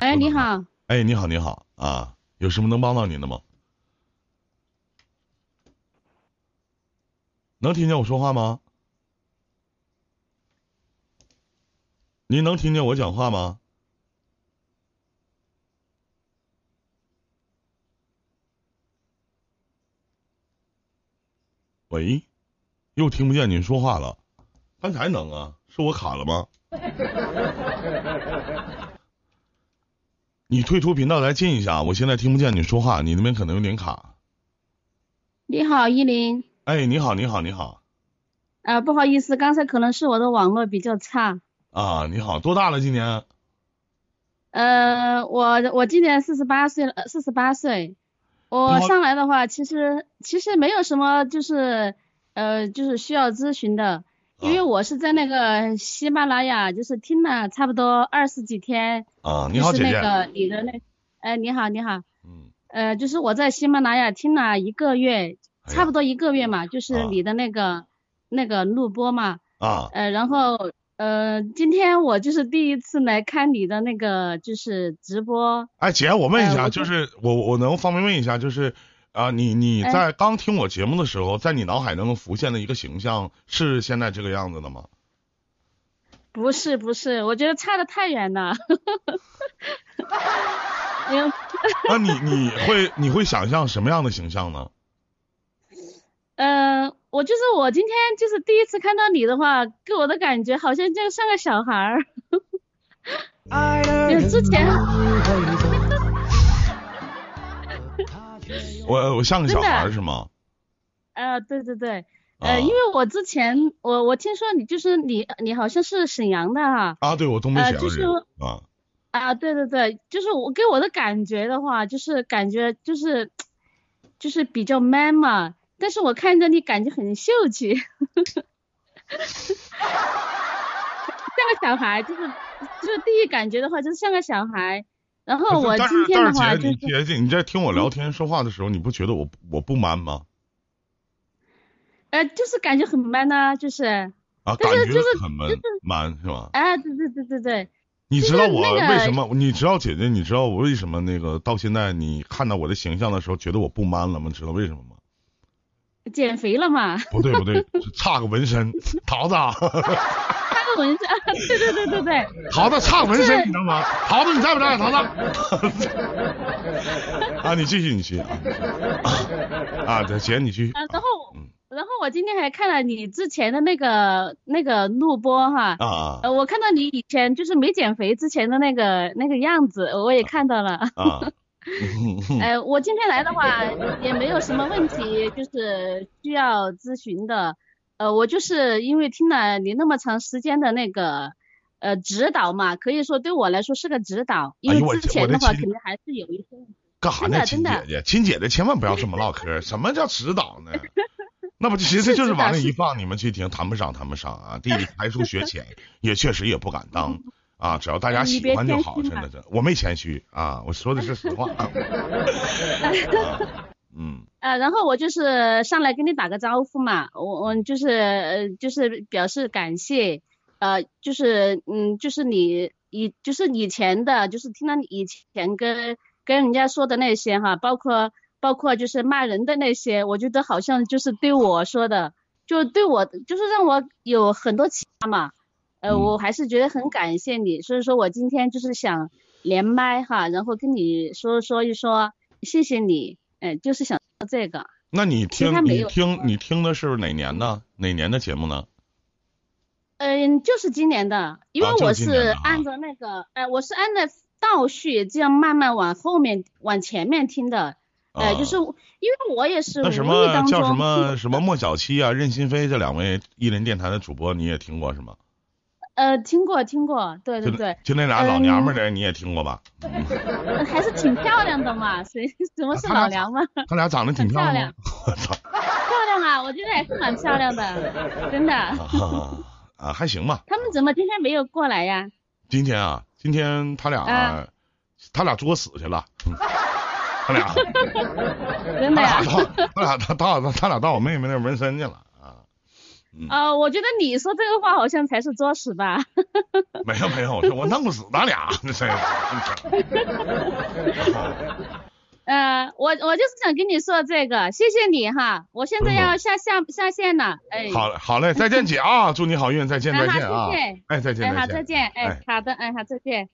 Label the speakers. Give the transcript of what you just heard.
Speaker 1: 哎，你好，
Speaker 2: 哎，你好，你好啊，有什么能帮到您的吗？能听见我说话吗？您能听见我讲话吗？喂，又听不见您说话了。刚才能啊，是我卡了吗？你退出频道来进一下，我现在听不见你说话，你那边可能有点卡。
Speaker 1: 你好，依林。
Speaker 2: 哎，你好，你好，你好
Speaker 1: 啊，不好意思，刚才可能是我的网络比较差。
Speaker 2: 啊，你好，多大了今年？啊
Speaker 1: 呃，我我今年四十八岁了，呃四十八岁。我
Speaker 2: 多
Speaker 1: 上来的话，其实其实没有什么，就是呃，就是需要咨询的，因为
Speaker 2: 啊
Speaker 1: 我是在那个喜马拉雅，就是听了差不多二十几天，
Speaker 2: 啊，你
Speaker 1: 就
Speaker 2: 好，
Speaker 1: 是那
Speaker 2: 姐姐。
Speaker 1: 个你的那，哎，你好，你好。
Speaker 2: 嗯，
Speaker 1: 呃，就是我在喜马拉雅听了一个月，
Speaker 2: 哎呀
Speaker 1: 差不多一个月嘛，就是
Speaker 2: 啊
Speaker 1: 你的那个、那个录播嘛，
Speaker 2: 啊
Speaker 1: 呃，然后呃，今天我就是第一次来看你的那个就是直播，
Speaker 2: 哎，姐，我问一
Speaker 1: 哎
Speaker 2: 下，
Speaker 1: 我
Speaker 2: 就
Speaker 1: 就是
Speaker 2: 我我能方便问一下，就是啊，你你
Speaker 1: 哎
Speaker 2: 在刚听我节目的时候，在你脑海当中浮现的一个形象是现在这个样子的吗？
Speaker 1: 不是不是，我觉得差的太远了， 哎呦，
Speaker 2: 那你你会你会想象什么样的形象呢？
Speaker 1: 嗯、我就是我今天就是第一次看到你的话，给我的感觉好像就像个小孩儿，
Speaker 3: 爱的
Speaker 1: 就
Speaker 3: 人
Speaker 1: 之前
Speaker 3: 会走，
Speaker 2: 我我像个小
Speaker 1: 真的
Speaker 2: 孩儿是吗？
Speaker 1: 呃，对对对。
Speaker 2: 啊
Speaker 1: 呃，因为我之前我我听说你就是你你好像是沈阳的哈
Speaker 2: 啊，对我东北
Speaker 1: 呃
Speaker 2: 沈阳
Speaker 1: 就是
Speaker 2: 人啊
Speaker 1: 啊，对对对，就是我给我的感觉的话，就是感觉就是就是比较 man 嘛，但是我看着你感觉很秀气，像个小孩，就是就是第一感觉的话，就是像个小孩。然后我
Speaker 2: 但
Speaker 1: 今
Speaker 2: 是
Speaker 1: 天的
Speaker 2: 但是
Speaker 1: 话
Speaker 2: 姐，
Speaker 1: 就
Speaker 2: 你
Speaker 1: 是嗯
Speaker 2: 姐姐你在听我聊天说话的时候，你不觉得我我不 man 吗？
Speaker 1: 呃就是感觉很 man 呐、就是
Speaker 2: 啊，感
Speaker 1: 但是
Speaker 2: 觉
Speaker 1: 就是
Speaker 2: 很 man man 是吧？
Speaker 1: 啊，对对对对对，
Speaker 2: 你
Speaker 1: 就
Speaker 2: 知道
Speaker 1: 是
Speaker 2: 我
Speaker 1: 那个
Speaker 2: 为什么？你知道姐姐，你知道我为什么那个到现在你看到我的形象的时候，觉得我不 man 了吗？知道为什么吗？
Speaker 1: 减肥了嘛，
Speaker 2: 不对不对，是差个纹身，桃子啊，
Speaker 1: 穿个纹身，啊对对对对 对。
Speaker 2: 桃子差个纹
Speaker 1: 这
Speaker 2: 身，你知道吗？桃子你在不在？桃子， 啊，你继续你继续啊，啊，对姐你继续
Speaker 1: 啊，然后我
Speaker 2: 嗯，
Speaker 1: 然后我今天还看了你之前的那个那个录播哈，
Speaker 2: 啊啊
Speaker 1: 呃，我看到你以前就是没减肥之前的那个那个样子，我也看到了。
Speaker 2: 啊，嗯
Speaker 1: 呃，我今天来的话 也没有什么问题，就是需要咨询的。呃，我就是因为听了你那么长时间的那个呃指导嘛，可以说对我来说是个指导，因
Speaker 2: 哎
Speaker 1: 为
Speaker 2: 呦我
Speaker 1: 之
Speaker 2: 这
Speaker 1: 前
Speaker 2: 我这
Speaker 1: 的话
Speaker 2: 亲
Speaker 1: 肯定还是有一些。
Speaker 2: 干啥
Speaker 1: 真
Speaker 2: 呢？
Speaker 1: 的
Speaker 2: 亲
Speaker 1: 真的
Speaker 2: 姐姐，亲姐姐千万不要这么唠嗑，什么叫指导呢？那不其实就
Speaker 1: 指
Speaker 2: 是往
Speaker 1: 导
Speaker 2: 那
Speaker 1: 是
Speaker 2: 一放，你们去听，谈不上，谈不上啊。弟弟才疏学浅，也确实也不敢 当啊。只要大家
Speaker 1: 嗯你
Speaker 2: 喜
Speaker 1: 别
Speaker 2: 欢就
Speaker 1: 谦
Speaker 2: 好，
Speaker 1: 虚
Speaker 2: 真
Speaker 1: 嘛
Speaker 2: 的，真的我没谦虚啊，我说的是实 话。啊嗯
Speaker 1: 呃，然后我就是上来跟你打个招呼嘛，我我就是呃就是表示感谢，呃就是嗯就是你以就是以前的，就是听到你以前跟跟人家说的那些哈，包括包括就是骂人的那些，我觉得好像就是对我说的，就对我就是让我有很多启发嘛，呃
Speaker 2: 嗯
Speaker 1: 我还是觉得很感谢你，所以说我今天就是想连麦哈，然后跟你说说一说，谢谢你，哎、就是想说这个。
Speaker 2: 那你
Speaker 1: 其实
Speaker 2: 听
Speaker 1: 他没
Speaker 2: 你
Speaker 1: 有
Speaker 2: 听你听的是哪年的哪年的节目呢？
Speaker 1: 嗯，就是今年的，因为
Speaker 2: 啊就是
Speaker 1: 我
Speaker 2: 今
Speaker 1: 是
Speaker 2: 年的啊
Speaker 1: 按照那个，呃，我是按照倒序这样慢慢往后面、往前面听的，
Speaker 2: 啊
Speaker 1: 呃，就是因为我也是无
Speaker 2: 那什
Speaker 1: 意
Speaker 2: 么
Speaker 1: 当
Speaker 2: 叫
Speaker 1: 中，
Speaker 2: 什么什么莫小七啊、任心飞这两位艺人电台的主播你也听过是吗？
Speaker 1: 呃，听过听过，对
Speaker 2: 就
Speaker 1: 对
Speaker 2: 那
Speaker 1: 对，
Speaker 2: 就那俩老娘们
Speaker 1: 嗯
Speaker 2: 儿的你也听过吧？嗯
Speaker 1: 呃还是挺漂亮的嘛，谁 什么
Speaker 2: 啊
Speaker 1: 是
Speaker 2: 他俩
Speaker 1: 老娘嘛，
Speaker 2: 他俩长得挺
Speaker 1: 很
Speaker 2: 漂
Speaker 1: 漂
Speaker 2: 亮
Speaker 1: 亮
Speaker 2: 吗？我操！
Speaker 1: 漂亮啊，我觉得还是蛮漂亮的，真的。
Speaker 2: 啊 啊，还行吧。
Speaker 1: 他们怎么今天没有过来呀？
Speaker 2: 今天啊，今天他俩、
Speaker 1: 啊
Speaker 2: 他俩作死去了。嗯他俩，
Speaker 1: 真的
Speaker 2: 他俩
Speaker 1: 呀？
Speaker 2: 到，他俩他到他他俩到我妹妹那儿纹身去了啊。嗯
Speaker 1: 呃，我觉得你说这个话好像才是作死吧？
Speaker 2: 没有没有，这我弄死咱俩，这谁？
Speaker 1: 哎呃，我我就是想跟你说这个，谢谢你哈，我现在要下下下线了，哎，
Speaker 2: 好嘞好嘞，再见姐啊，祝你好运，再见
Speaker 1: 哎
Speaker 2: 再
Speaker 1: 好
Speaker 2: 见啊
Speaker 1: 谢谢，
Speaker 2: 哎再见
Speaker 1: 哎好，
Speaker 2: 再
Speaker 1: 再
Speaker 2: 见，
Speaker 1: 见，哎
Speaker 2: 哎，
Speaker 1: 好的，哎好，再见。